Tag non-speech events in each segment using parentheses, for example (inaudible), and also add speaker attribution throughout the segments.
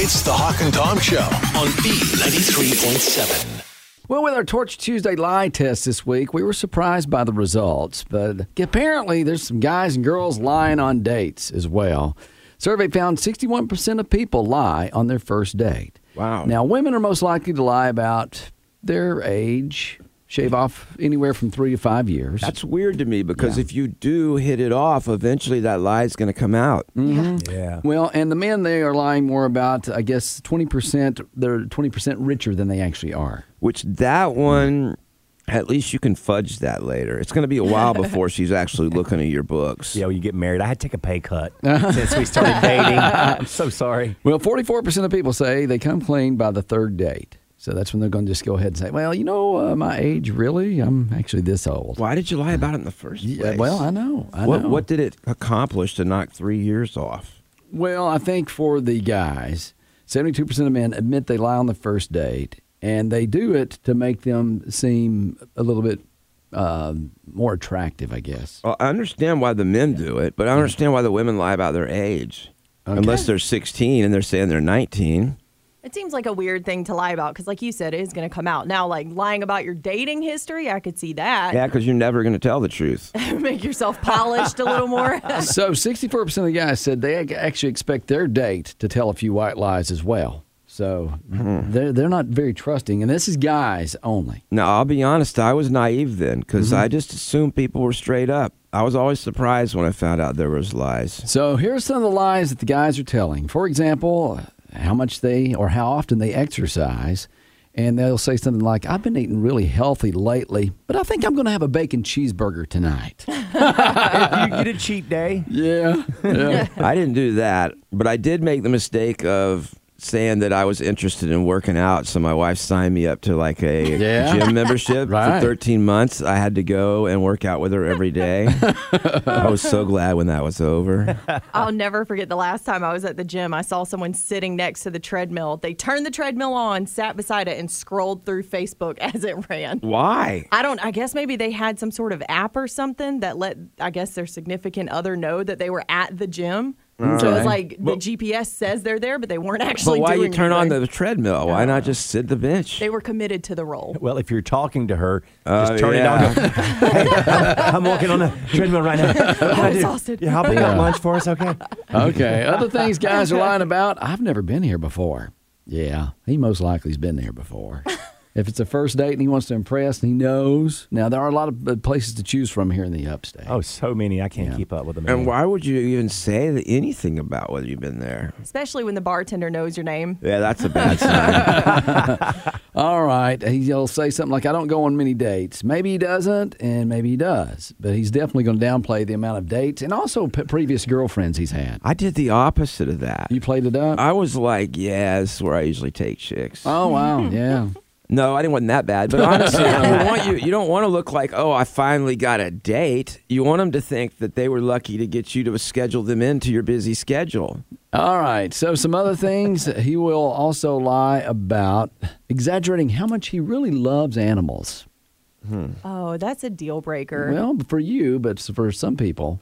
Speaker 1: It's the Hawk and Tom Show on B93.7.
Speaker 2: Well, with our Torch Tuesday lie test this week, we were surprised by the results, but apparently there's some guys and girls lying on dates as well. Survey found 61% of people lie on their first date.
Speaker 3: Wow.
Speaker 2: Now, women are most likely to lie about their age, shave off anywhere from three to five years.
Speaker 3: That's weird to me because
Speaker 2: Yeah.
Speaker 3: if you do hit it off, eventually that lie is going to come out.
Speaker 2: Mm.
Speaker 4: Yeah.
Speaker 2: well, and the men, they are lying more about, I guess, 20%, they're 20% richer than they actually are.
Speaker 3: Which that one, at least you can fudge that later. It's going to be
Speaker 2: (laughs)
Speaker 3: a while before she's actually looking at your books.
Speaker 4: Yeah, when you get married, I had to take a pay
Speaker 2: (laughs)
Speaker 4: cut since we started dating. I'm so sorry.
Speaker 2: Well, 44% of people say they come clean by the third date. So that's when they're going to just go ahead and say, well, you know, uh, my age, really? I'm actually this old.
Speaker 3: Why did you lie about it in the first place?
Speaker 2: Yeah, well, I know. I
Speaker 3: what,
Speaker 2: know.
Speaker 3: what did it accomplish to knock three years off?
Speaker 2: Well, I think for the guys, 72% of men admit they lie on the first date, and they do it to make them seem a little bit uh, more attractive, I guess.
Speaker 3: Well, I understand why the men do it, but I don't understand why the women lie about their age. Unless they're 16 and they're saying they're 19.
Speaker 5: It seems like a weird thing to lie about because, like you said, it is going to come out. Now, like lying about your dating history, I could see that.
Speaker 3: Yeah, because you're never going to tell the truth.
Speaker 5: (laughs) Make yourself polished a
Speaker 3: (laughs)
Speaker 5: little more. (laughs)
Speaker 2: (laughs) so 64% of the guys said they ac- actually expect their date to tell a few white lies as well. So they're, they're not very trusting. And this is guys only.
Speaker 3: No, I'll be honest. I was naive then because I
Speaker 2: Mm-hmm.
Speaker 3: just assumed people were straight up. I was always surprised when I found out there
Speaker 2: (laughs)
Speaker 3: was lies.
Speaker 2: So here's some of the lies that the guys are telling. For example, how much they or how often they exercise. And they'll say something like, I've been eating really healthy lately, but I think I'm going to have a bacon cheeseburger tonight.
Speaker 4: If you get a cheat day,
Speaker 2: (laughs) yeah. yeah.
Speaker 3: I didn't do that, but I did make the mistake of saying that I was interested in working out. So my wife signed me up to like a
Speaker 2: Yeah.
Speaker 3: gym membership
Speaker 2: Right.
Speaker 3: for 13 months. I had to go and work out with her every day.
Speaker 2: (laughs)
Speaker 3: I was so glad when that was over.
Speaker 5: I'll never forget the last time I was at the gym. I saw someone sitting next to the treadmill. They turned the treadmill on, sat beside it, and scrolled through Facebook (laughs) as it ran.
Speaker 3: Why?
Speaker 5: I don't, I guess maybe they had some sort of app or something that let, I guess, their significant other know that they were at the gym. So it
Speaker 2: Okay.
Speaker 5: was like the GPS says they're there, but they weren't
Speaker 3: But
Speaker 5: actually
Speaker 3: why you
Speaker 5: doing
Speaker 3: turn on
Speaker 5: anything.
Speaker 3: the treadmill? Why not just sit the bench?
Speaker 5: They were committed to the role.
Speaker 4: well, if you're talking to her,
Speaker 3: Oh,
Speaker 4: just turn
Speaker 3: yeah.
Speaker 4: it (laughs) on. I'm, I'm walking on a treadmill right
Speaker 2: (laughs)
Speaker 4: now. I'm
Speaker 5: exhausted.
Speaker 4: Yeah, I'll pick
Speaker 2: Yeah.
Speaker 4: up lunch for us, okay?
Speaker 2: Okay. Other things guys are lying about. I've never been here before. Yeah. He most likely has been there before. If it's a first date and he wants to impress and he knows. Now, there are a lot of uh, places to choose from here in the upstate.
Speaker 4: Oh, so many. I can't
Speaker 2: Yeah.
Speaker 4: keep up with them.
Speaker 3: And why would you even say that- anything about whether you've been there?
Speaker 5: especially when the bartender knows your name.
Speaker 3: Yeah, that's
Speaker 2: (laughs)
Speaker 3: a bad sign.
Speaker 2: All right. He'll say something like, I don't go on many dates. Maybe he doesn't, and maybe he does. But he's definitely going to downplay the amount of dates and also p- previous girlfriends he's had.
Speaker 3: I did the opposite of that.
Speaker 2: You played it up?
Speaker 3: I was like, yeah, this is where I usually take chicks.
Speaker 2: oh, wow. Yeah.
Speaker 3: No, I didn't want that
Speaker 2: (laughs)
Speaker 3: bad. But honestly, I want you. You don't want to look like, oh, I finally got a date. You want them to think that they were lucky to get you to schedule them into your busy schedule.
Speaker 2: All right. So, some other things he will also lie about exaggerating how much he really loves animals.
Speaker 5: Oh, that's a deal breaker.
Speaker 2: Well, for you, but for some people.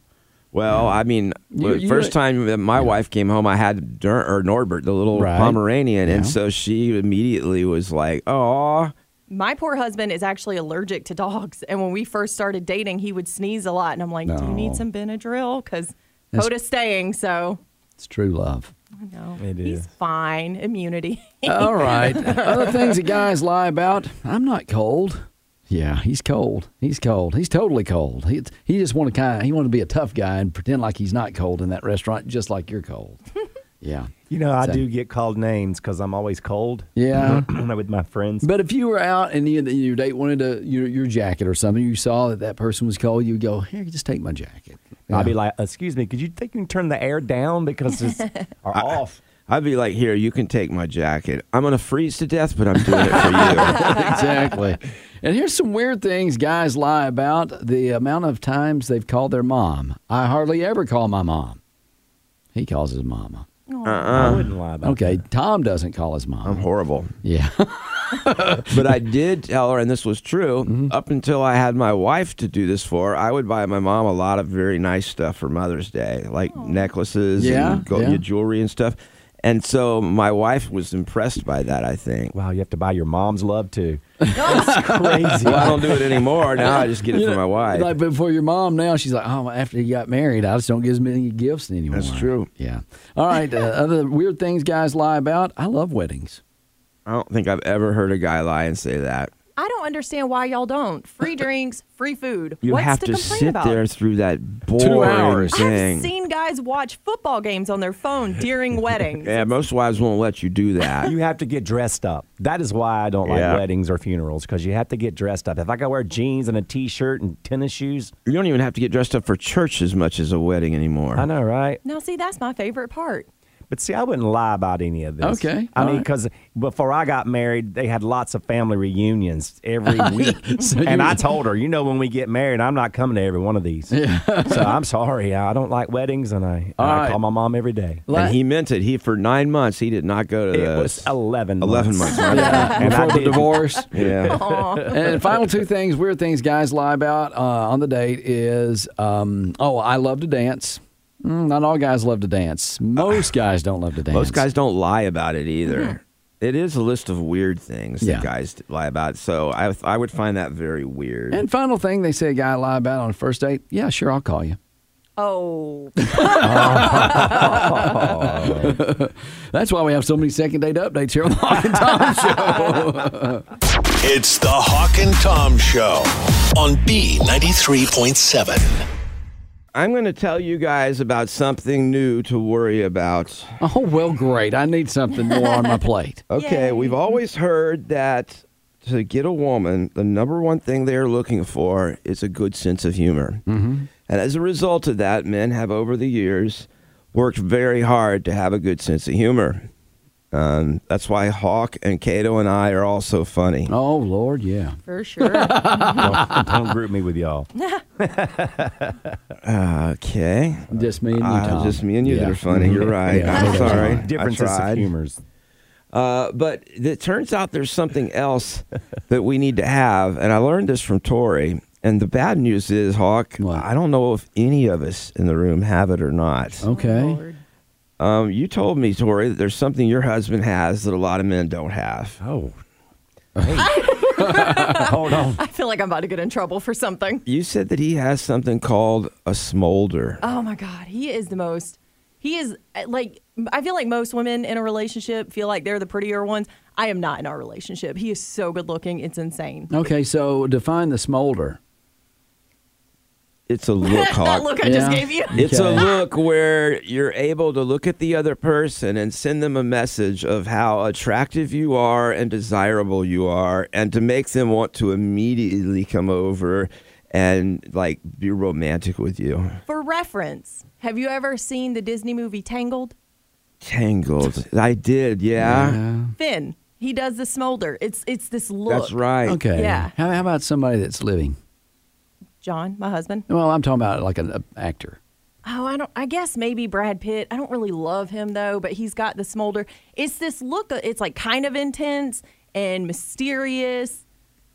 Speaker 3: Well, I mean,
Speaker 2: You-
Speaker 3: the
Speaker 2: you-
Speaker 3: first time that my wife came home, I had Dur- or Norbert, the little
Speaker 2: Right.
Speaker 3: Pomeranian, and
Speaker 2: Yeah.
Speaker 3: so she immediately was like, oh.
Speaker 5: My poor husband is actually allergic to dogs, and when we first started dating, he would sneeze a lot, and I'm like, "Do you
Speaker 2: No.
Speaker 5: need some Benadryl?" Because
Speaker 2: That's-
Speaker 5: Hoda's staying, so
Speaker 2: It's true love.
Speaker 5: no,
Speaker 4: It
Speaker 5: he's
Speaker 4: is.
Speaker 3: (laughs)
Speaker 5: fine. Immunity. (laughs)
Speaker 2: All right. Other things that guys lie about. I'm not cold. Yeah, he's cold. He's cold. He's totally cold. He, he just want to kind of he want to be a tough guy and pretend like he's not cold in that restaurant, just like you're cold. Yeah,
Speaker 4: You know, I
Speaker 2: So-
Speaker 4: do get called names because I'm always cold (clears throat)
Speaker 2: yeah.
Speaker 4: with my friends.
Speaker 2: But if you were out and you, your date wanted a, your your jacket or something, you saw that that person was cold, you'd go, "Here, just take my jacket."
Speaker 4: I'll be like, excuse me, could you think you can turn the air down because
Speaker 2: (laughs)
Speaker 4: it's or off?
Speaker 3: I'd be like, here, you can take my jacket. I'm going to freeze to death, but I'm doing it for you.
Speaker 2: (laughs) exactly. And here's some weird things guys lie about the amount of times they've called their mom. I hardly ever call my mom. He calls his mama.
Speaker 4: I wouldn't lie about
Speaker 2: Uh, Okay, Tom doesn't call his mom.
Speaker 3: I'm horrible.
Speaker 2: yeah. (laughs)
Speaker 3: But I did tell her, and this was true,
Speaker 2: Mm-hmm.
Speaker 3: up until I had my wife to do this for, I would buy my mom a lot of very nice stuff for Mother's Day, like necklaces
Speaker 2: Yeah,
Speaker 3: and gold
Speaker 2: yeah.
Speaker 3: jewelry and stuff. And so my wife was impressed by that, I think.
Speaker 4: Wow, you have to buy your mom's love
Speaker 2: (laughs)
Speaker 4: too. That's crazy.
Speaker 3: Well, I don't do it anymore. Now I just get it
Speaker 2: You
Speaker 3: for
Speaker 2: know, (laughs)
Speaker 3: my wife.
Speaker 2: Like before your mom now, she's like, oh, after he got married, I just don't give him any gifts anymore.
Speaker 3: That's true.
Speaker 2: Yeah. All right. Uh, other weird things guys lie about. I love weddings.
Speaker 3: I don't think I've ever heard a guy lie and say that.
Speaker 5: I don't understand why y'all don't. Free drinks, free food.
Speaker 3: You
Speaker 5: What's
Speaker 3: have
Speaker 5: to,
Speaker 3: to
Speaker 5: complain
Speaker 3: sit
Speaker 5: about?
Speaker 3: there through that boring
Speaker 2: hours. I've
Speaker 3: thing.
Speaker 5: I've seen guys watch football games on their phone
Speaker 3: (laughs)
Speaker 5: during weddings.
Speaker 3: yeah, most wives won't let you do
Speaker 5: (laughs)
Speaker 3: that.
Speaker 4: You have to get dressed up. That is why I don't like
Speaker 3: Yeah.
Speaker 4: weddings or funerals because you have to get dressed up. If I could wear jeans and a t-shirt and tennis shoes,
Speaker 3: you don't even have to get dressed up for church as much as a wedding anymore.
Speaker 4: I know, right?
Speaker 5: Now, see, that's my
Speaker 3: (laughs)
Speaker 5: favorite part.
Speaker 4: But see, I wouldn't lie about any of this.
Speaker 2: Okay,
Speaker 4: I
Speaker 2: all
Speaker 4: mean,
Speaker 2: right.
Speaker 4: because before I got married, they had lots of family reunions
Speaker 2: (laughs)
Speaker 4: every week.
Speaker 2: So
Speaker 4: and
Speaker 2: you-
Speaker 4: I told her, you know, when we get married, I'm not coming to every one of
Speaker 2: (laughs)
Speaker 4: these. so I'm sorry. I don't like weddings, and I,
Speaker 2: All
Speaker 4: I
Speaker 2: right.
Speaker 4: call my mom every day.
Speaker 2: La-
Speaker 3: and he meant it. He for nine months he did not go to
Speaker 4: It
Speaker 2: Uh,
Speaker 3: those.
Speaker 4: was 11 months.
Speaker 3: 11 months,
Speaker 2: (laughs)
Speaker 3: right?
Speaker 4: Yeah. And I
Speaker 2: before the
Speaker 4: did.
Speaker 2: divorce.
Speaker 3: yeah.
Speaker 5: Aw.
Speaker 2: and final two things, weird things guys lie about uh, on the date is, um, oh, I love to dance. Mm, not all guys love to dance. Most guys don't love to dance. (laughs)
Speaker 3: Uh-uh. Most guys don't lie about it either. It is a list of weird things
Speaker 2: Yeah.
Speaker 3: that guys lie about. So I, I would find that very weird.
Speaker 2: And final thing, they say a guy lie about on a first date. Yeah, sure, I'll call you.
Speaker 5: oh.
Speaker 2: That's why we have so many second date updates here (laughs) on the Hawk and Tom Show.
Speaker 1: It's the Hawk and Tom Show on B93.7.
Speaker 3: I'm going to tell you guys about something new to worry about.
Speaker 2: oh, well, great. I need something more on my plate.
Speaker 3: Okay,
Speaker 5: Yay.
Speaker 3: we've always heard that to get a woman, the number one thing they are looking for is a good sense of humor. Mm-hmm. And as a result of that, men have over the years worked very hard to have a good sense of humor. Um, that's why Hawk and Cato and I are all so funny.
Speaker 2: Oh, Lord, yeah.
Speaker 5: For
Speaker 3: (laughs)
Speaker 5: sure.
Speaker 4: (laughs) don't, don't group me with y'all.
Speaker 3: Okay.
Speaker 2: Just me and you,
Speaker 3: Ah,
Speaker 2: Tom.
Speaker 3: just me and you
Speaker 2: yeah. Mm-hmm.
Speaker 3: that are funny. You're right.
Speaker 2: Yeah.
Speaker 3: I'm sorry. I
Speaker 4: Differences of
Speaker 3: tried.
Speaker 4: humors.
Speaker 3: Uh, but it turns out there's something
Speaker 2: (laughs)
Speaker 3: else that we need to have, and I learned this from Tori. And the bad news is, Hawk,
Speaker 2: What?
Speaker 3: I don't know if any of us in the room have it or not.
Speaker 2: Oh. Okay.
Speaker 5: Lord.
Speaker 3: Um, you told me, Tori, that there's something your husband has that a lot of men don't have.
Speaker 4: Oh. Hey. Hold on.
Speaker 5: I feel like I'm about to get in trouble for something.
Speaker 3: You said that he has something called a smolder.
Speaker 5: Oh my God, he is the most. He is uh, like I feel like most women in a relationship feel like they're the prettier ones. I am not in our relationship. He is so good looking, it's insane.
Speaker 2: Okay, so define the smolder.
Speaker 5: (laughs)
Speaker 3: It's a look,
Speaker 5: that
Speaker 3: Hawk.
Speaker 5: look I
Speaker 2: Yeah.
Speaker 5: just gave you.
Speaker 3: It's a
Speaker 2: Okay.
Speaker 3: look where you're able to look at the other person and send them a message of how attractive you are and desirable you are, and to make them want to immediately come over and like be romantic with you.
Speaker 5: For reference, have you ever seen the Disney movie Tangled?
Speaker 3: Tangled. I did, yeah.
Speaker 5: Finn, he does the smolder. It's it's this look.
Speaker 3: That's right.
Speaker 2: Okay.
Speaker 5: Yeah.
Speaker 2: How, how about somebody that's living?
Speaker 5: John, my husband.
Speaker 2: Well, I'm talking about like an uh, actor.
Speaker 5: Oh, I don't. I guess maybe Brad Pitt. I don't really love him though, but he's got the smolder. It's this look. of- It's like kind of intense and mysterious.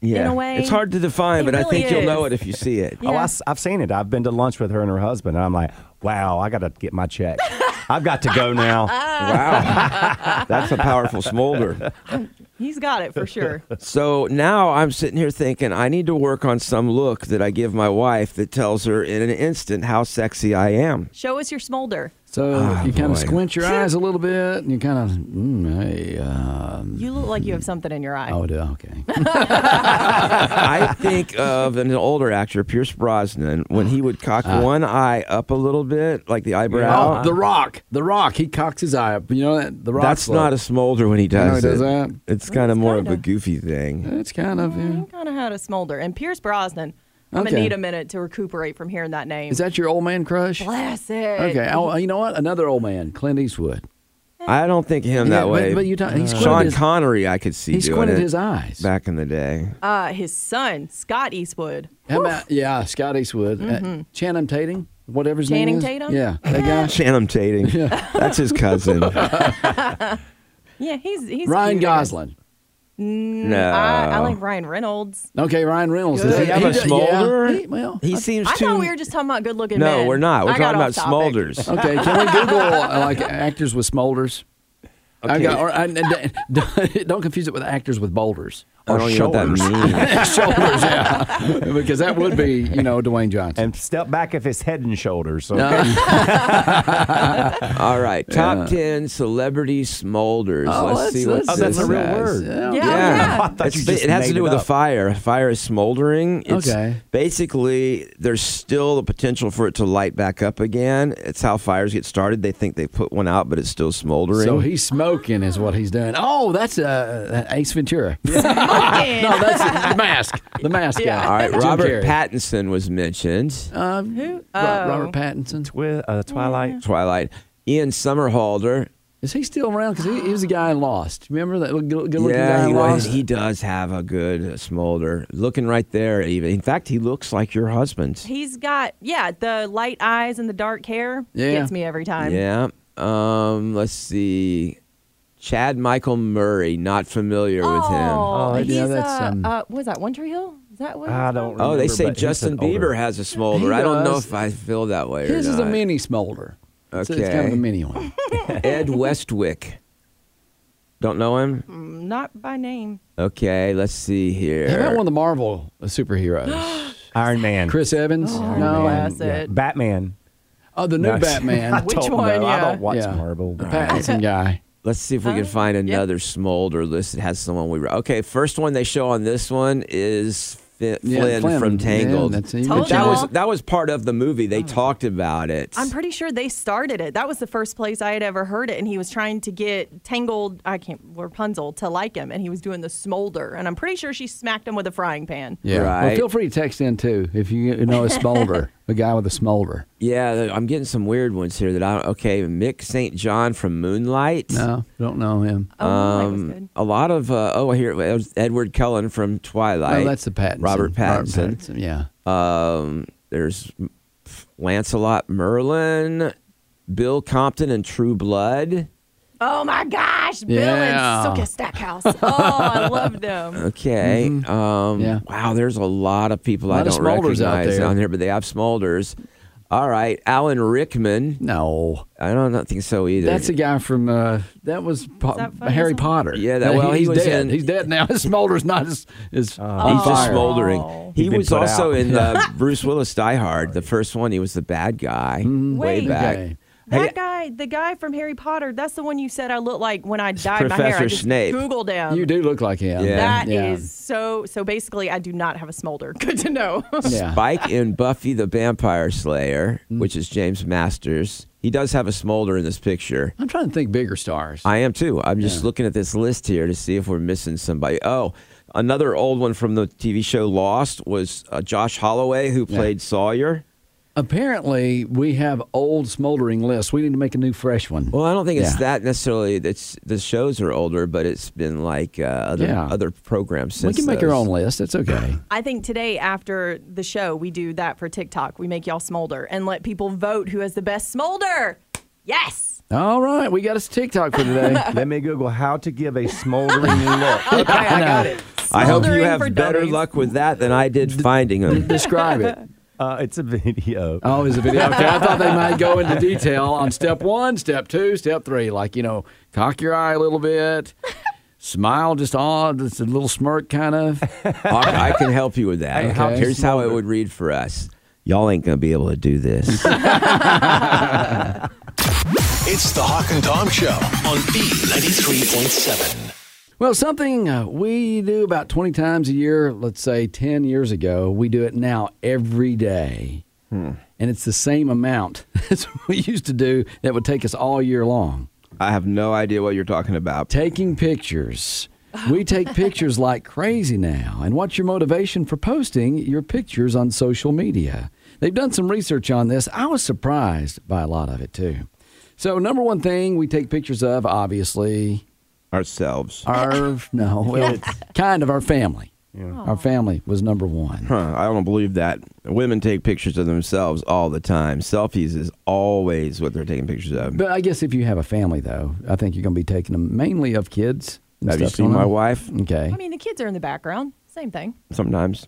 Speaker 3: Yeah.
Speaker 5: a way,
Speaker 3: It's hard to define,
Speaker 5: it
Speaker 3: but I
Speaker 5: really
Speaker 3: think you'll know
Speaker 5: is.
Speaker 3: it if you see it.
Speaker 4: Oh, I,
Speaker 5: Yeah.
Speaker 4: have seen it. I've been to lunch with her and her husband, and I'm like, wow, I got to get my
Speaker 5: (laughs)
Speaker 4: check. I've got to go now.
Speaker 3: Wow. That's a powerful smolder.
Speaker 5: He's got it
Speaker 2: (laughs)
Speaker 5: for sure.
Speaker 3: So now I'm sitting here thinking I need to work on some look that I give my wife that tells her in an instant how sexy I am.
Speaker 5: Show us your smolder.
Speaker 2: So
Speaker 3: Ah,
Speaker 2: you kind
Speaker 3: boy.
Speaker 2: of squint your eyes a little bit and you kind of, mm, hey, um,
Speaker 5: You look like you have something in your eye.
Speaker 2: oh, do-
Speaker 5: (laughs)
Speaker 2: okay.
Speaker 3: I think of an older actor, Pierce Brosnan, when he would cock one eye up a little bit, like the eyebrow.
Speaker 2: Ah. Oh, The Rock. The Rock. He cocks his eye up. You know that? The Rock.
Speaker 3: That's not a smolder when he
Speaker 2: know
Speaker 3: does,
Speaker 2: he does
Speaker 3: it.
Speaker 2: that.
Speaker 3: It's kind of more of a
Speaker 5: kinda.
Speaker 3: goofy thing.
Speaker 2: It's kind of, yeah.
Speaker 5: He kind of had a smolder. And Pierce Brosnan. I'm
Speaker 2: Okay.
Speaker 5: gonna need a minute to recuperate from hearing that name.
Speaker 2: Is that your old man crush?
Speaker 5: Bless it.
Speaker 2: Okay. Oh, you know what? Another old man, Clint Eastwood.
Speaker 3: I don't think him
Speaker 2: Yeah,
Speaker 3: that
Speaker 2: but-
Speaker 3: way.
Speaker 2: but you don't- he squinted
Speaker 3: Sean
Speaker 2: his-
Speaker 3: Connery, I could see
Speaker 2: He
Speaker 3: doing
Speaker 2: squinted
Speaker 3: it
Speaker 2: his eyes.
Speaker 3: back in the day.
Speaker 5: Uh, his son, Scott Eastwood.
Speaker 2: How about, yeah, Scott Eastwood. Uh, Channing Tatum, whatever his
Speaker 5: Mm-hmm. Channing
Speaker 2: name is.
Speaker 5: Tatum?
Speaker 2: Yeah, that
Speaker 5: (laughs)
Speaker 2: guy.
Speaker 3: Channing Tatum. That's
Speaker 2: (laughs)
Speaker 3: his cousin.
Speaker 5: Yeah, he's he's
Speaker 2: Ryan
Speaker 5: cute, I guess.
Speaker 2: Gosling.
Speaker 3: no.
Speaker 5: I, I like Ryan Reynolds.
Speaker 2: Okay, Ryan Reynolds.
Speaker 5: Does he
Speaker 3: have a
Speaker 2: does- yeah.
Speaker 3: smolder?
Speaker 2: He- well,
Speaker 3: he
Speaker 2: I-
Speaker 3: seems
Speaker 5: I
Speaker 3: too.
Speaker 5: thought we were just talking about good looking
Speaker 3: no,
Speaker 5: men.
Speaker 3: we're not. We're
Speaker 5: I got
Speaker 3: talking about
Speaker 5: off topic.
Speaker 3: smolders.
Speaker 2: okay, can we Google uh, like actors with smolders? I
Speaker 3: Okay.
Speaker 2: got, or, uh, I, and- and- (laughs) don't confuse it with actors with boulders
Speaker 3: I
Speaker 2: or
Speaker 3: don't even know
Speaker 2: shoulders.
Speaker 3: what
Speaker 4: (laughs)
Speaker 3: that means.
Speaker 2: shoulders, yeah, because that would be you know Dwayne Johnson. Uh,
Speaker 4: And step back if it's head and shoulders. So
Speaker 3: All right, top ten celebrity smolders. let's see what
Speaker 4: oh, that's
Speaker 3: this
Speaker 4: a real
Speaker 3: says.
Speaker 4: word.
Speaker 2: Yeah.
Speaker 5: Yeah. oh,
Speaker 3: Yeah,
Speaker 4: I thought
Speaker 3: It's-
Speaker 4: you just
Speaker 3: it has to
Speaker 4: made
Speaker 3: do
Speaker 4: it
Speaker 3: with a
Speaker 4: up.
Speaker 3: fire. If fire is smoldering. It's
Speaker 2: Okay.
Speaker 3: Basically, there's still the potential for it to light back up again. It's how fires get started. They think they put one out, but it's still smoldering.
Speaker 2: So he's smoking is what he's doing. Oh, that's uh, Ace Ventura. (laughs) no,
Speaker 5: Smoking.
Speaker 2: that's the mask. The mask guy.
Speaker 5: Yeah.
Speaker 4: (laughs)
Speaker 3: All right,
Speaker 2: Jim
Speaker 3: Robert
Speaker 2: Carrey.
Speaker 3: Pattinson was mentioned.
Speaker 2: Um,
Speaker 5: Who?
Speaker 2: Ro-
Speaker 5: Oh.
Speaker 2: Robert Pattinson.
Speaker 4: with uh, Twilight.
Speaker 3: Twilight. Ian Somerhalder.
Speaker 2: Is he still around? Because he, he was the guy in Lost. Remember that good looking guy
Speaker 3: Yeah, he,
Speaker 2: in
Speaker 3: was,
Speaker 2: Lost?
Speaker 3: he does have a good smolder. Looking right there, even. In fact, he looks like your husband.
Speaker 5: He's got yeah the light eyes and the dark hair.
Speaker 2: Yeah.
Speaker 5: Gets me every time.
Speaker 3: Yeah. Um, let's see. Chad Michael Murray, not familiar with him.
Speaker 5: Oh,
Speaker 2: Oh,
Speaker 5: he's
Speaker 2: yeah, that's,
Speaker 5: uh,
Speaker 2: um,
Speaker 5: uh, what is that One Tree Hill? Is that what?
Speaker 4: I
Speaker 5: it's
Speaker 4: don't
Speaker 5: called?
Speaker 3: Oh, they
Speaker 4: remember,
Speaker 3: say
Speaker 4: but he's
Speaker 3: Justin
Speaker 4: an older-
Speaker 3: Bieber has a smolder. I don't know
Speaker 2: does.
Speaker 3: if I feel that way
Speaker 2: His
Speaker 3: or
Speaker 2: is
Speaker 3: not.
Speaker 2: a mini smolder. It's, it's kind
Speaker 3: Okay.
Speaker 2: of a mini one.
Speaker 3: Ed Westwick. Don't know
Speaker 2: Mm.
Speaker 3: him?
Speaker 5: Not by name.
Speaker 3: Okay, let's see here.
Speaker 2: How about one of the Marvel
Speaker 5: (gasps)
Speaker 2: superheroes? (gasps)
Speaker 4: Iron Man.
Speaker 2: Chris Evans?
Speaker 3: Oh,
Speaker 5: no,
Speaker 2: no.
Speaker 5: Oh,
Speaker 2: uh,
Speaker 5: that's
Speaker 4: Yeah.
Speaker 5: it.
Speaker 4: Batman.
Speaker 2: Oh, the new
Speaker 4: No, (laughs)
Speaker 2: Batman.
Speaker 4: I
Speaker 3: (laughs)
Speaker 5: Which
Speaker 4: don't
Speaker 5: one,
Speaker 4: know. I
Speaker 5: yeah.
Speaker 4: don't watch
Speaker 2: Yeah.
Speaker 4: Marvel.
Speaker 2: The Pattinson guy.
Speaker 3: Let's see if we can find another smolder list that has someone we. Okay, first one they show on this one is Fi-
Speaker 2: Yeah,
Speaker 3: Flynn,
Speaker 2: Flynn.
Speaker 3: from
Speaker 2: Yeah,
Speaker 3: Tangled.
Speaker 2: that's- you
Speaker 5: Told
Speaker 3: But that
Speaker 5: y'all.
Speaker 3: was that was part of the movie.
Speaker 2: Oh.
Speaker 3: They talked about it.
Speaker 5: I'm pretty sure they started it. That was the first place I had ever heard it, and he was trying to get Tangled, I can't Rapunzel to like him, and he was doing the smolder, and I'm pretty sure she smacked him with a frying pan.
Speaker 2: Yeah.
Speaker 3: Right.
Speaker 2: Well, feel free to text in too if you know a smolder,
Speaker 3: (laughs)
Speaker 2: a guy with a smolder.
Speaker 3: yeah, th- I'm getting some weird ones here that I don't. Okay, Mick St. John from Moonlight.
Speaker 2: No, don't know him.
Speaker 5: Oh, that was
Speaker 3: Um,
Speaker 5: good.
Speaker 3: a lot of uh, oh here it was Edward Cullen from Twilight.
Speaker 2: No, Oh, that's the Pattinson.
Speaker 3: Robert Pattinson.
Speaker 2: Pattinson, Yeah.
Speaker 3: Um, there's Lancelot Merlin, Bill Compton, and True Blood.
Speaker 5: Oh my gosh, Bill
Speaker 2: Yeah.
Speaker 5: and Soka Stackhouse. Oh, I love them.
Speaker 3: Okay.
Speaker 2: Mm-hmm.
Speaker 3: Um,
Speaker 2: Yeah.
Speaker 3: Wow, there's a lot of people I
Speaker 2: Lot of
Speaker 3: don't
Speaker 2: smolders out
Speaker 3: recognize
Speaker 2: there.
Speaker 3: on here, but they have smolders. All right, Alan Rickman.
Speaker 2: No.
Speaker 3: I don't, not think so either.
Speaker 2: That's a guy from uh, that was po-
Speaker 5: that funny
Speaker 2: Harry
Speaker 5: song?
Speaker 2: Potter.
Speaker 3: Yeah, that- well, he
Speaker 2: he's
Speaker 3: was
Speaker 2: dead.
Speaker 3: in- Uh,
Speaker 2: He's dead now. (laughs) His smolder's not as as on
Speaker 3: He's just
Speaker 2: fire.
Speaker 3: smoldering. Oh. He
Speaker 4: He'd been
Speaker 3: was
Speaker 4: put
Speaker 3: also
Speaker 4: out.
Speaker 3: in (laughs) uh, Bruce Willis Die Hard, the first one. He was the bad guy Mm-hmm. way
Speaker 5: Wait.
Speaker 3: back. (laughs)
Speaker 2: Okay.
Speaker 5: That
Speaker 3: Hey,
Speaker 5: guy, the guy from Harry Potter, that's the one you said I look like when I dyed my hair.
Speaker 3: Professor
Speaker 5: I just
Speaker 3: Snape.
Speaker 5: Googled him.
Speaker 2: You do look like him.
Speaker 3: Yeah.
Speaker 5: That is
Speaker 2: yeah.
Speaker 5: so. So basically, I do not have a smolder. (laughs) Good to know.
Speaker 2: Yeah.
Speaker 3: Spike in Buffy the Vampire Slayer, which is James Masters. He does have a smolder in this picture.
Speaker 2: I'm trying to think bigger stars.
Speaker 3: I am too. I'm just looking at this list here to see if we're missing somebody. Oh, another old one from the TV show Lost was uh, Josh Holloway, who played Sawyer.
Speaker 2: Apparently, we have old smoldering lists. We need to make a new fresh one.
Speaker 3: Well, I don't think it's
Speaker 2: Yeah.
Speaker 3: that necessarily. It's the shows are older, but it's been like uh, other
Speaker 2: Yeah.
Speaker 3: other programs
Speaker 2: we
Speaker 3: since.
Speaker 2: can make our own
Speaker 3: those.
Speaker 2: list. It's okay.
Speaker 5: I think today after the show, we do that for TikTok. We make y'all smolder and let people vote who has the best smolder.
Speaker 3: (laughs)
Speaker 5: Yes.
Speaker 2: All right, we got us TikTok for (laughs) today.
Speaker 4: Let me Google how to give a
Speaker 2: (laughs)
Speaker 4: smoldering look.
Speaker 5: Okay, I got it.
Speaker 3: I hope you
Speaker 5: Smoldering
Speaker 3: have
Speaker 5: for
Speaker 3: better
Speaker 5: dummies.
Speaker 3: luck with that than I did
Speaker 2: (laughs)
Speaker 3: finding them. (laughs)
Speaker 2: Describe it.
Speaker 4: Uh, it's a video.
Speaker 2: Oh, is a video. Okay, I thought they might go into detail on step one, step two, step three. Like you know, cock your eye a little bit, smile just odd, just a little smirk kind of.
Speaker 3: I, I can help you with that.
Speaker 2: how to
Speaker 3: Here's how it would read for us. Y'all ain't gonna be able to
Speaker 2: (laughs)
Speaker 3: do this.
Speaker 1: It's the Hawk and Tom Show on B93.7.
Speaker 2: Well, something uh, we do about 20 times a year, let's say 10 years ago, we do it now every day. And it's the same amount (laughs) as we used to do that would take us all year long.
Speaker 3: I have no idea what you're talking about.
Speaker 2: Taking pictures. We take pictures like crazy now. And what's your motivation for posting your pictures on social media? They've done some research on this. I was surprised by a lot of it, too. So, number one thing we take pictures of, obviously,
Speaker 3: Ourselves.
Speaker 2: our no, well, kind of our family. Our family was number one.
Speaker 3: Huh, I don't believe that. Women take pictures of themselves all the time. Selfies is always what they're taking pictures of.
Speaker 2: But I guess if you have a family, though, I think you're going to be taking them mainly of kids. and
Speaker 3: have you
Speaker 2: stuff, don't
Speaker 3: seen my
Speaker 2: know?
Speaker 3: wife?
Speaker 2: Okay.
Speaker 5: I mean, the kids are in the background. Same thing.
Speaker 3: Sometimes.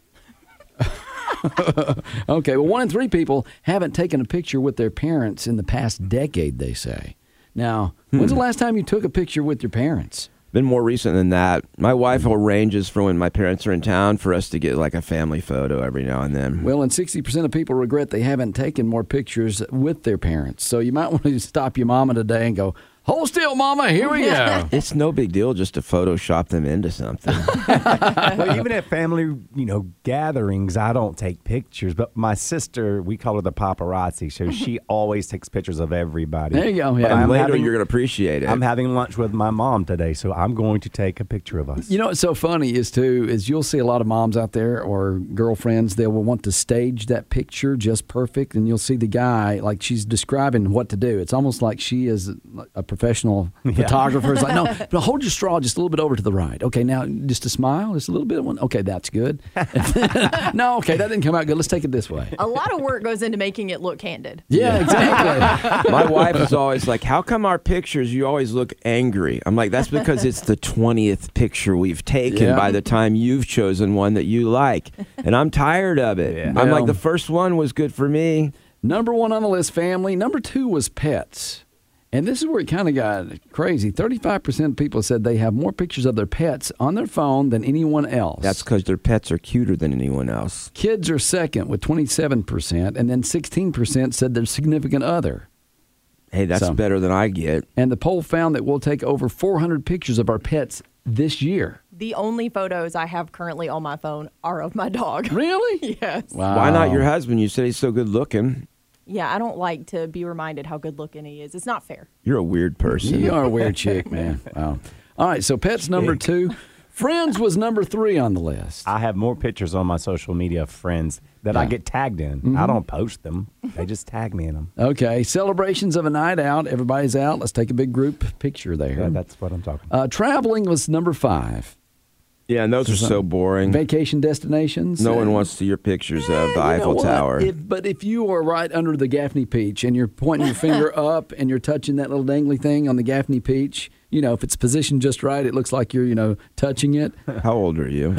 Speaker 2: Okay. Well, one in three people haven't taken a picture with their parents in the past decade, they say. Now,
Speaker 3: Hmm.
Speaker 2: when's the last time you took a picture with your parents?
Speaker 3: Been more recent than that. My wife arranges for when my parents are in town for us to get like a family photo every now and then.
Speaker 2: Well, and 60% of people regret they haven't taken more pictures with their parents. So you might (laughs) want to stop your mama today and go, Hold still, mama, here
Speaker 5: (laughs)
Speaker 2: we go.
Speaker 3: It's no big deal just to Photoshop them
Speaker 4: (laughs)
Speaker 3: into something.
Speaker 4: well, even at family, you know, gatherings, I don't take pictures. But my sister, we call her the paparazzi, so
Speaker 2: (laughs)
Speaker 4: she always takes pictures of everybody.
Speaker 2: There you go, yeah.
Speaker 4: But I'm
Speaker 3: and later,
Speaker 4: having-
Speaker 3: you're going to appreciate it.
Speaker 4: I'm having lunch with my mom today, so I'm going to take a picture of
Speaker 2: (laughs)
Speaker 4: us.
Speaker 2: You know what's so funny is too is you'll see a lot of moms out there or girlfriends they will want to stage that picture just perfect, and you'll see the guy like she's describing what to do. It's almost like she is a professional photographer. It's like no, but hold your straw just a little bit over to the right. Okay, now just a smile, just a little bit of one. Okay, that's good. (laughs) no, okay, that didn't come out good. Let's take it this way.
Speaker 3: (laughs)
Speaker 5: A lot of work goes into making it look candid.
Speaker 2: Yeah, exactly.
Speaker 3: My wife is always like, How come our pictures, you always look angry? I'm like, That's because it's the 20th picture we've taken
Speaker 2: Yeah.
Speaker 3: by the time you've chosen one that you like. And I'm tired of it.
Speaker 4: Yeah.
Speaker 3: I'm
Speaker 2: Well-
Speaker 3: like, The first one was good for me.
Speaker 2: Number one on the list, family. Number two was pets. And this is where it kind of got crazy. 35% of people said they have more pictures of their pets on their phone than anyone else.
Speaker 3: That's because their pets are cuter than anyone else.
Speaker 2: Kids are second with 27%, and then 16% said their significant other.
Speaker 3: Hey, that's
Speaker 2: So-
Speaker 3: better than I get.
Speaker 2: And the poll found that we'll take over 400 pictures of our pets this year.
Speaker 5: The only photos I have currently on my phone are of my dog. (laughs)
Speaker 2: Really?
Speaker 5: yes.
Speaker 2: Wow.
Speaker 3: Why not your husband? You said he's so good looking.
Speaker 5: Yeah, I don't like to be reminded how good looking he is. It's not fair.
Speaker 3: You're a weird person.
Speaker 2: You are a weird chick, man. Wow. All right, so pets number two. Friends was number three on the list.
Speaker 4: I have more pictures on my social media of friends that I
Speaker 2: Yeah. Mm-hmm.
Speaker 4: get tagged in. I don't post them; they just tag me in them.
Speaker 2: Okay, celebrations of a night out. Everybody's out. Let's take a big group picture there.
Speaker 4: Yeah, that's what I'm talking. about.
Speaker 2: uh, traveling was number five.
Speaker 3: Yeah, and those are so boring.
Speaker 2: Vacation destinations.
Speaker 3: Mm. No
Speaker 2: Uh,
Speaker 3: one wants to your pictures of
Speaker 2: you
Speaker 3: the
Speaker 2: know
Speaker 3: Eiffel
Speaker 2: what?
Speaker 3: Tower.
Speaker 2: If, but if you are right under the Gaffney Peach and you're pointing your
Speaker 3: (laughs)
Speaker 2: finger up and you're touching that little dangly thing on the Gaffney Peach, you know, if it's positioned just right, it looks like you're, you know, touching it.
Speaker 3: How old are you?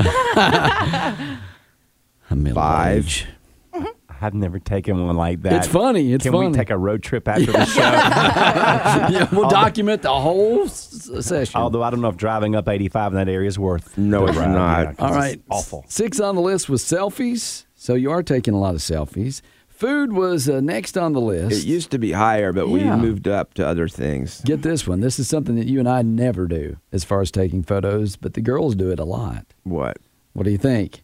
Speaker 2: A middle
Speaker 3: Five.
Speaker 2: age. (laughs)
Speaker 4: I've never taken one like that.
Speaker 2: It's funny, it's
Speaker 4: Can
Speaker 2: funny.
Speaker 4: we take a road trip after
Speaker 2: (laughs)
Speaker 4: the show?
Speaker 2: yeah, we'll document the whole s- session.
Speaker 4: Although I don't know if driving up 85 in that area is worth.
Speaker 3: No,
Speaker 4: the
Speaker 3: it's
Speaker 4: ride,
Speaker 3: not.
Speaker 4: yeah, 'cause
Speaker 2: All
Speaker 4: it's
Speaker 2: right.
Speaker 4: awful.
Speaker 2: Six on the list was selfies. So you are taking a lot of selfies. Food was uh, next on the list.
Speaker 3: It used to be higher, but we
Speaker 2: Yeah.
Speaker 3: moved up to other things.
Speaker 2: Get this one. This is something that you and I never do as far as taking photos, but the girls do it a lot.
Speaker 3: What?
Speaker 2: What do you think?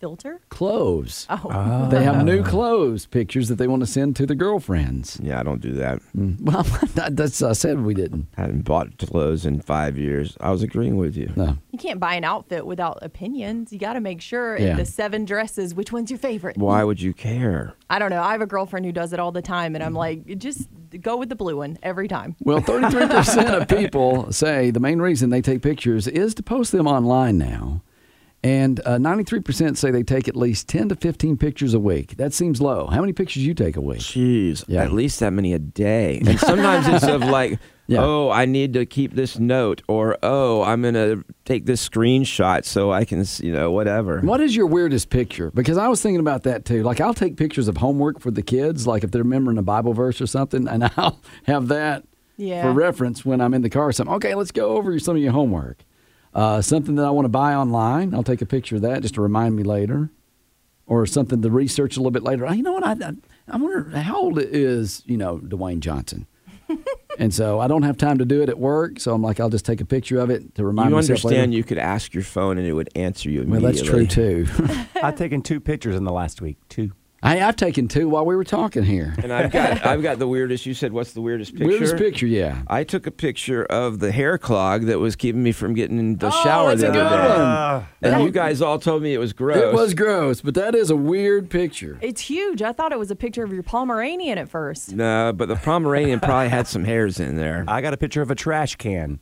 Speaker 5: Filter?
Speaker 2: Clothes.
Speaker 5: Oh.
Speaker 3: Ah,
Speaker 2: They have
Speaker 3: (laughs)
Speaker 2: new clothes pictures that they want to send to the girlfriends.
Speaker 3: Yeah, I don't do that.
Speaker 2: Well, (laughs) that- that's I said we didn't.
Speaker 3: I haven't bought clothes in five years. I was agreeing with you.
Speaker 2: No.
Speaker 5: You can't buy an outfit without opinions. You got to make sure
Speaker 2: Yeah.
Speaker 5: if the seven dresses, which one's your favorite?
Speaker 3: Why would you care?
Speaker 5: I don't know. I have a girlfriend who does it all the time, and I'm
Speaker 2: Mm-hmm.
Speaker 5: like, just go with the blue one every time.
Speaker 2: Well, 33% of people say the main reason they take pictures is to post them online now. And uh, 93% say they take at least 10 to 15 pictures a week. That seems low. How many pictures you take a week?
Speaker 3: Jeez,
Speaker 2: Yeah.
Speaker 3: at least that many a day.
Speaker 2: (laughs)
Speaker 3: And sometimes it's of like,
Speaker 2: Yeah.
Speaker 3: oh, I need to keep this note, or oh, I'm gonna take this screenshot so I can, s- you know, whatever.
Speaker 2: What is your weirdest picture? Because I was thinking about that too. Like I'll take pictures of homework for the kids, like if they're remembering a Bible verse or something, and (laughs) I'll have that
Speaker 5: Yeah.
Speaker 2: for reference when I'm in the car or something. Okay, let's go over some of your homework. Uh, something that I want to buy online, I'll take a picture of that just to remind me later, or something to research a little bit later. You know what? I I, I wonder how old is you know Dwayne Johnson. And so I don't have time to do it at work, so I'm like, I'll just take a picture of it to remind
Speaker 3: You
Speaker 2: myself later.
Speaker 3: understand? You could ask your phone and it would answer you
Speaker 2: well,
Speaker 3: immediately.
Speaker 2: that's true too. (laughs)
Speaker 4: I've taken two pictures in the last week. Two.
Speaker 2: Hey, I've taken two while we were talking here.
Speaker 3: And
Speaker 2: (laughs)
Speaker 3: I've got, I've got the weirdest. You said, what's the weirdest picture?
Speaker 2: Weirdest picture, yeah.
Speaker 3: I took a picture of the hair clog that was keeping me from getting in the
Speaker 2: Oh,
Speaker 3: shower
Speaker 2: that's
Speaker 3: the
Speaker 2: a
Speaker 3: other
Speaker 2: good
Speaker 3: day.
Speaker 2: one.
Speaker 3: And you guys all told me it was gross.
Speaker 2: It was gross, but that is a weird picture.
Speaker 5: It's huge. I thought it was a picture of your Pomeranian at first.
Speaker 3: No, but the Pomeranian probably had some hairs in there.
Speaker 4: I got a picture of a trash can.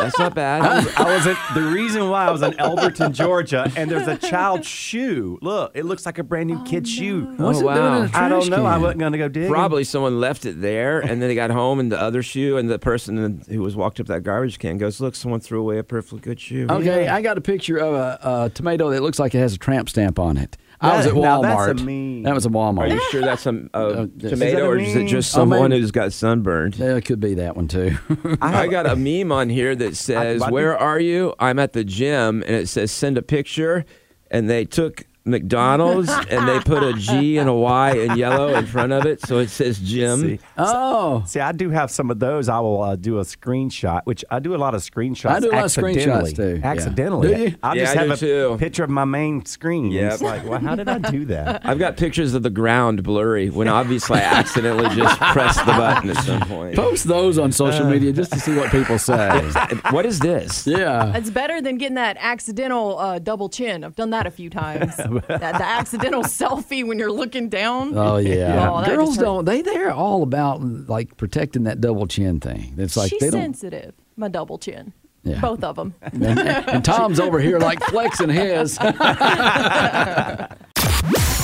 Speaker 3: That's
Speaker 2: (laughs)
Speaker 3: not bad.
Speaker 4: I was in, the reason why I was in Elberton, Georgia, and there's a child's shoe. Look, it looks like a brand new kid's shoe.
Speaker 2: What's
Speaker 3: Oh,
Speaker 2: it doing in
Speaker 3: wow.
Speaker 2: a trash
Speaker 4: I don't know. I
Speaker 2: can?
Speaker 4: wasn't gonna go dig.
Speaker 3: Probably someone left it there, and then they got home, and the other shoe, and the person who was walked up that garbage can goes, "Look, someone threw away a perfectly good shoe."
Speaker 2: Okay, I got a picture of a, a tomato that looks like it has a tramp stamp on it. I was at
Speaker 4: That- now that's a
Speaker 2: Walmart.
Speaker 4: mean-
Speaker 2: That was a
Speaker 3: Are
Speaker 2: Walmart.
Speaker 3: you sure that's a, a
Speaker 2: this-
Speaker 3: tomato,
Speaker 2: Is
Speaker 4: that a
Speaker 3: or is it
Speaker 4: meme?
Speaker 3: just
Speaker 2: I mean-
Speaker 3: someone who's got sunburned?
Speaker 2: (laughs) Yeah, it could be that one too. (laughs)
Speaker 3: I got a meme on here that says,
Speaker 4: what?
Speaker 3: "Where are you? I'm at the gym," and it says, "Send a picture." And they took McDonald's and they put a G and a Y in yellow in front of it, so it says gym.
Speaker 4: See, (laughs)
Speaker 2: oh,
Speaker 4: see, I do have some of those. I will uh, do a screenshot, which I do a lot of screenshots.
Speaker 2: I do a lot of
Speaker 4: accidentally.
Speaker 2: screenshots, too. Yeah.
Speaker 4: Accidentally,
Speaker 2: Do you?
Speaker 4: I'll
Speaker 3: Yeah,
Speaker 4: just
Speaker 3: I
Speaker 4: have
Speaker 3: do,
Speaker 4: a
Speaker 3: too.
Speaker 4: picture of my main screen.
Speaker 3: Yep.
Speaker 4: It's like, well, how did I do
Speaker 2: (laughs)
Speaker 4: that?
Speaker 3: I've got pictures of the ground blurry when obviously I accidentally just pressed the button at some point.
Speaker 2: post those on
Speaker 4: Uh.
Speaker 2: social media just to see what
Speaker 4: (laughs)
Speaker 2: people say.
Speaker 3: What is this?
Speaker 2: yeah.
Speaker 5: It's better than getting that accidental uh, double chin. I've done that a
Speaker 2: (laughs)
Speaker 5: few times. that, the accidental selfie when you're looking down.
Speaker 2: Oh yeah.
Speaker 5: Oh, that
Speaker 2: Girls
Speaker 5: just hurt.
Speaker 2: don't. They they're all about like protecting that double chin thing. It's like
Speaker 5: She's
Speaker 2: they don't.
Speaker 5: sensitive. My double chin.
Speaker 2: Yeah.
Speaker 5: Both of them.
Speaker 2: (laughs) And, and Tom's over here like flexing his.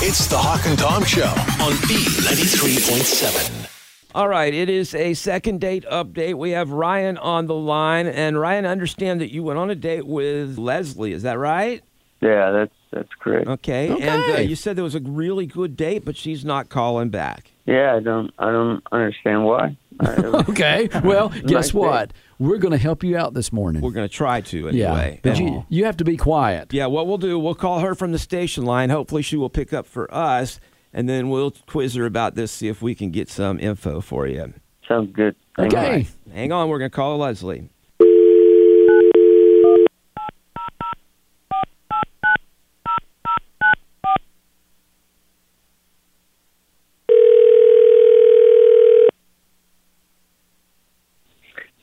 Speaker 1: It's the Hawk and Tom Show on B93.7.
Speaker 3: All right, it is a second date update. We have Ryan on the line, and Ryan, I understand that you went on a date with Leslie. Is that right?
Speaker 6: Yeah, that's that's correct.
Speaker 3: Okay. And uh,
Speaker 2: Okay.
Speaker 3: you said there was a really good date, but she's not calling back.
Speaker 6: Yeah, I don't I don't understand why. I,
Speaker 2: Okay.
Speaker 3: (laughs)
Speaker 2: Well, guess
Speaker 6: day.
Speaker 2: what? We're going to help you out this morning.
Speaker 3: We're going to try to
Speaker 2: yeah.
Speaker 3: anyway.
Speaker 2: But
Speaker 3: And-
Speaker 2: you you have to be quiet.
Speaker 3: yeah, what we'll do, we'll call her from the station line. Hopefully, she will pick up for us, and then we'll quiz her about this, see if we can get some info for you.
Speaker 6: sounds good. Thank
Speaker 2: Okay.
Speaker 6: you.
Speaker 3: Hang on, we're going to call Leslie.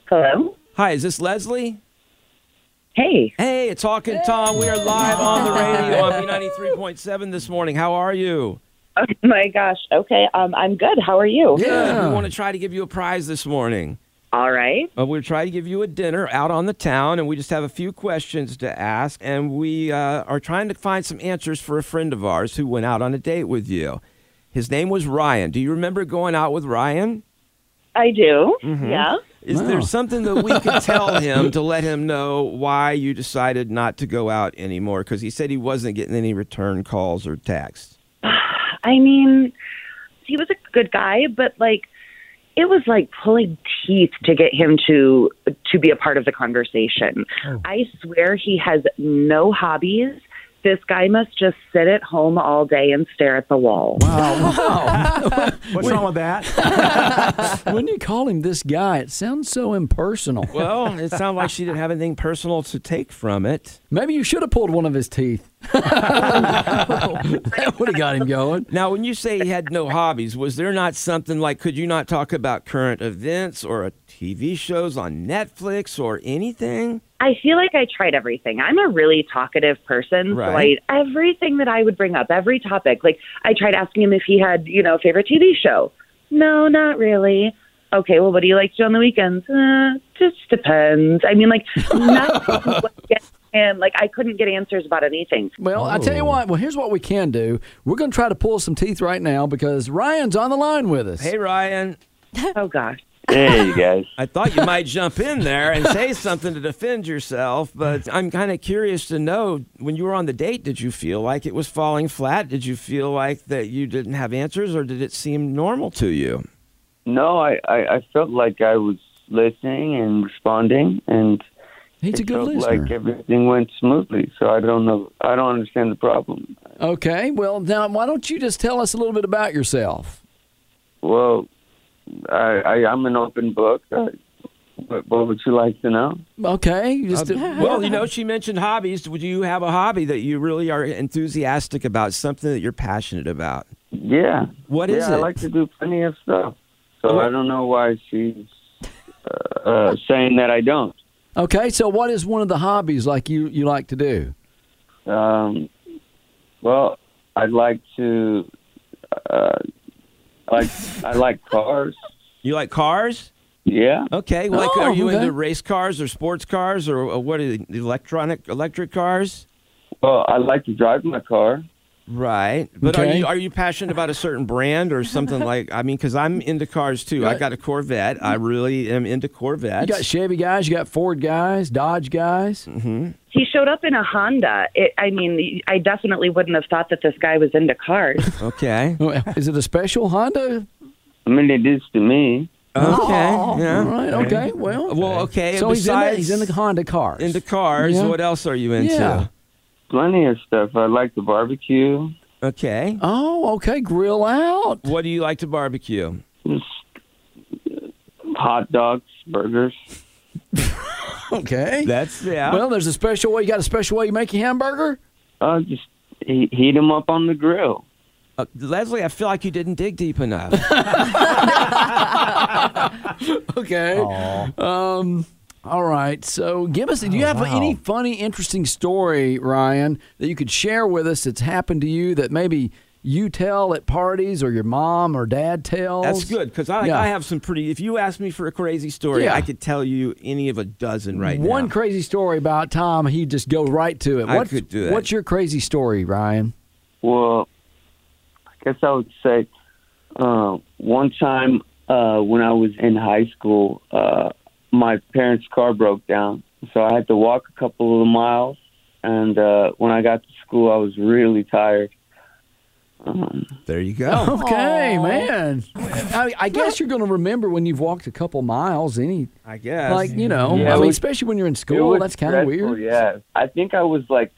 Speaker 7: Hello.
Speaker 3: Hi, is this Leslie?
Speaker 7: Hey,
Speaker 3: Hey, it's Hawk and Tom. We are live on the radio on B93.7 this morning. How are you?
Speaker 7: oh my gosh. Okay, um, I'm good. How are you?
Speaker 3: We want to try to give you a prize this morning.
Speaker 7: All right.
Speaker 3: Uh, we're trying to give you a dinner out on the town, and we just have a few questions to ask. And we uh, are trying to find some answers for a friend of ours who went out on a date with you. His name was Ryan. Do you remember going out with Ryan?
Speaker 7: I do. Yeah.
Speaker 3: Is there something that we could tell him to let him know why you decided not to go out anymore? Because he said he wasn't getting any return calls or texts.
Speaker 7: I mean, he was a good guy, but like, it was like pulling teeth to get him to to be a part of the conversation. I swear he has no hobbies. This guy must just sit at home all day and stare at the wall.
Speaker 4: What's wrong with that?
Speaker 2: when you call him this guy, it sounds so impersonal.
Speaker 3: Well, it sounded like she didn't have anything personal to take from it.
Speaker 2: Maybe you should have pulled one of his
Speaker 3: (laughs)
Speaker 2: teeth. that would have got him going.
Speaker 3: Now, when you say he had no hobbies, was there not something like could you not talk about current events or uh, TV shows on Netflix or anything?
Speaker 7: I feel like I tried everything. I'm a really talkative person,
Speaker 3: Right.
Speaker 7: so I everything that I would bring up, every topic. Like I tried asking him if he had, you know, a favorite TV show. No, not really. Okay, well, what do you like to do on the weekends? Uh, just depends. I mean, like nothing was getting him. Like I couldn't get answers about anything.
Speaker 2: Well, I
Speaker 3: Oh.
Speaker 2: tell you what. Well, here's what we can do. We're going to try to pull some teeth right now because Ryan's on the line with us.
Speaker 3: Hey, Ryan,
Speaker 7: Oh gosh.
Speaker 6: Hey you guys.
Speaker 3: I thought you might jump in there and say something to defend yourself, but I'm kind of curious to know when you were on the date, did you feel like it was falling flat? Did you feel like that you didn't have answers or did it seem normal to you?
Speaker 6: No, I, I, I felt like I was listening and responding and
Speaker 2: he's a
Speaker 6: it
Speaker 2: good
Speaker 6: felt
Speaker 2: listener.
Speaker 6: like everything went smoothly. So I don't know I don't understand the problem.
Speaker 2: okay. Well, now why don't you just tell us a little bit about yourself?
Speaker 6: Well I, I I'm an open book. I, what, what would you like to know?
Speaker 2: Okay. you Just
Speaker 3: Uh, Well, you know, she mentioned hobbies. Do you have a hobby that you really are enthusiastic about, something that you're passionate about?
Speaker 6: Yeah.
Speaker 3: What is
Speaker 6: yeah, I
Speaker 3: it?
Speaker 6: like to do plenty of stuff. So
Speaker 3: What-
Speaker 6: I don't know why she's uh, uh, saying that I don't.
Speaker 2: okay. So, what is one of the hobbies like you you like to do?
Speaker 6: Um, well, I'd like to. Uh, like I like cars.
Speaker 3: You like cars?
Speaker 6: Yeah.
Speaker 3: Okay. Like, are you
Speaker 2: okay.
Speaker 3: into race cars or sports cars or uh, what are the electronic electric cars?
Speaker 6: Well, I like to drive my car.
Speaker 3: Right. But are
Speaker 2: Okay.
Speaker 3: you are you passionate about a certain brand
Speaker 2: (laughs)
Speaker 3: or something like I mean cuz I'm into cars too. I got a Corvette. I really am into
Speaker 2: You
Speaker 3: Corvettes.
Speaker 2: got Chevy guys, you got Ford guys, Dodge guys.
Speaker 3: (laughs)
Speaker 7: He showed up in a Honda. It, I mean, I definitely wouldn't have thought that this guy was into cars.
Speaker 3: (laughs) okay.
Speaker 2: (laughs) Oh, Is it a special Honda?
Speaker 6: I mean, it is to me.
Speaker 3: Okay.
Speaker 2: All
Speaker 3: Yeah.
Speaker 2: right. Oh. Okay. Well.
Speaker 3: Well, okay.
Speaker 2: So he's in, the,
Speaker 3: Uh, besides
Speaker 2: he's in the Honda cars.
Speaker 3: into cars,
Speaker 2: Yeah.
Speaker 3: what else are you into?
Speaker 2: Yeah.
Speaker 6: Plenty of stuff. I like the barbecue.
Speaker 3: Okay.
Speaker 2: oh, okay. Grill out.
Speaker 3: What do you like to barbecue?
Speaker 6: Just hot dogs, burgers.
Speaker 2: Okay.
Speaker 3: That's yeah.
Speaker 2: Well, there's a special way. You got a special way you make your hamburger?
Speaker 6: Uh, just he- heat them up on the grill.
Speaker 3: Uh, Leslie, I feel like you didn't dig deep enough.
Speaker 2: Okay. Um. All right. So, give us. Do you
Speaker 3: Oh,
Speaker 2: have any funny, interesting story, Ryan, that you could share with us that's happened to you that maybe you tell at parties or your mom or dad tells?
Speaker 3: That's good because I,
Speaker 2: Yeah.
Speaker 3: I have some pretty. If you ask me for a crazy story,
Speaker 2: Yeah.
Speaker 3: I could tell you any of a dozen right
Speaker 2: One
Speaker 3: now.
Speaker 2: crazy story about Tom. He would just go right to it.
Speaker 3: I
Speaker 2: What's-
Speaker 3: could do that.
Speaker 2: What's your crazy story, Ryan?
Speaker 6: Well, I guess I would say uh, one time uh, when I was in high school, uh, my parents' car broke down, so I had to walk a couple of miles. And uh, when I got to school, I was really tired.
Speaker 3: there you go.
Speaker 2: (laughs) Okay, man. I, I guess you're going to remember when you've walked a couple miles. Any
Speaker 3: I guess.
Speaker 2: like you know,
Speaker 6: Yeah,
Speaker 2: I
Speaker 6: it
Speaker 2: mean,
Speaker 6: was-
Speaker 2: especially when you're in
Speaker 6: It
Speaker 2: school,
Speaker 6: was
Speaker 2: that's kind of
Speaker 6: stressful,
Speaker 2: weird.
Speaker 6: Yeah, I think I was like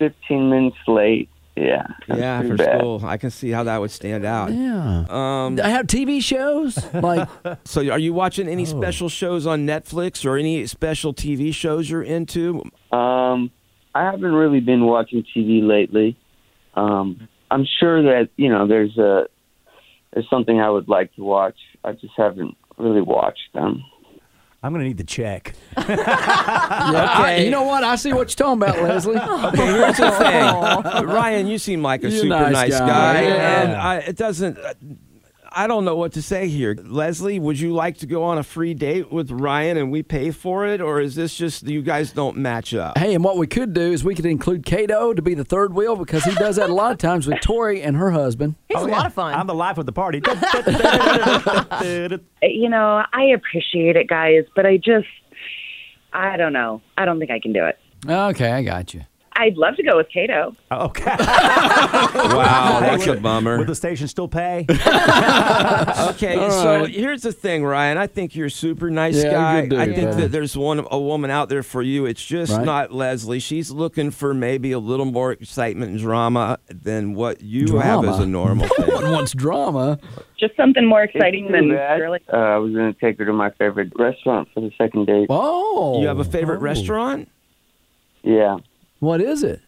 Speaker 6: 15 minutes late. Yeah, that's
Speaker 3: yeah,
Speaker 6: pretty
Speaker 3: for
Speaker 6: bad.
Speaker 3: school, I can see how that would
Speaker 2: (laughs)
Speaker 3: stand out.
Speaker 2: Yeah.
Speaker 3: Um,
Speaker 2: I have TV
Speaker 3: (laughs)
Speaker 2: shows like
Speaker 3: so, are you watching any
Speaker 2: Oh.
Speaker 3: special shows on Netflix or any special TV shows you're into?
Speaker 6: Um, I haven't really been watching TV lately. Um, I'm sure that you know there's a there's something I would like to watch. I just haven't really watched them.
Speaker 4: I'm going to need the check.
Speaker 2: I- Uh, you know what? I see what you're talking about,
Speaker 3: (laughs)
Speaker 2: Leslie.
Speaker 3: Okay, here's the thing, Ryan. You seem like a
Speaker 2: You're a
Speaker 3: super
Speaker 2: nice
Speaker 3: nice,
Speaker 2: guy.
Speaker 3: guy,
Speaker 2: Yeah.
Speaker 3: and I, it doesn't. I don't know what to say here. Leslie, would you like to go on a free date with Ryan and we pay for it, or is this just you guys don't
Speaker 2: (laughs)
Speaker 3: match up?
Speaker 2: Hey, and what we could do is we could include Cato to be the third wheel because he does that a lot of times with Tori and her husband.
Speaker 5: He's a lot of fun.
Speaker 4: Oh, I'm the life of the party.
Speaker 3: (laughs)
Speaker 7: you know, I appreciate it, guys, but I just, I don't know. I don't think I can do it.
Speaker 2: Okay, I got you.
Speaker 7: I'd love to go with Kato.
Speaker 4: okay.
Speaker 3: Wow, Oh, that's a bummer.
Speaker 4: Will the station still pay?
Speaker 3: (laughs) Okay, so here's the thing, Ryan. I think you're a super nice
Speaker 2: Yeah,
Speaker 3: guy.
Speaker 2: good dude,
Speaker 3: I think
Speaker 2: brother.
Speaker 3: that there's one a woman out there for you. It's just
Speaker 2: Right.
Speaker 3: not Leslie. She's looking for maybe a little more excitement and drama than what you have
Speaker 2: Drama?
Speaker 3: as a
Speaker 2: (laughs)
Speaker 3: normal thing.
Speaker 2: One wants drama.
Speaker 7: Just something more
Speaker 6: It's
Speaker 7: exciting
Speaker 6: too
Speaker 7: than
Speaker 6: bad.
Speaker 7: really.
Speaker 6: Uh, I was going to take her to my favorite restaurant for the second date.
Speaker 2: Oh,
Speaker 3: you have a favorite restaurant?
Speaker 6: Yeah,
Speaker 2: What is it?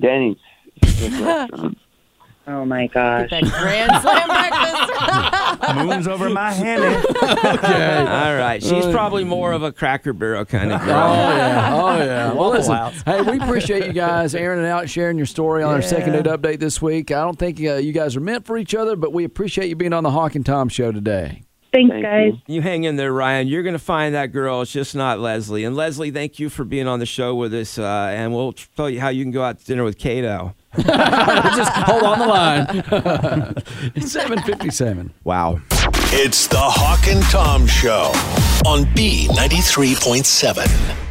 Speaker 6: Denny's. is a good restaurant.
Speaker 7: Oh my gosh.
Speaker 5: that grand slam
Speaker 3: (laughs)
Speaker 5: breakfast.
Speaker 4: Moon's over my head.
Speaker 3: All right. She's probably more of a Cracker Barrel kind of
Speaker 2: (laughs)
Speaker 3: girl.
Speaker 2: yeah. Oh, (laughs) yeah. Well, listen,
Speaker 4: House.
Speaker 2: hey, we appreciate you (laughs) guys airing it out, sharing your story on our second date update this week. I don't think uh, you guys are meant for each other, but we appreciate you being on the Hawk and Tom show today.
Speaker 7: Thanks,
Speaker 6: Thank
Speaker 7: guys.
Speaker 6: you.
Speaker 3: You hang in there, Ryan. You're going to find that girl. It's just not Leslie. And Leslie, thank you for being on the show with us. Uh, and we'll tell you how you can go out to dinner with Kato.
Speaker 2: Just hold on the line. (laughs) it's 757.
Speaker 3: Wow.
Speaker 1: It's the Hawk and Tom Show on B93.7.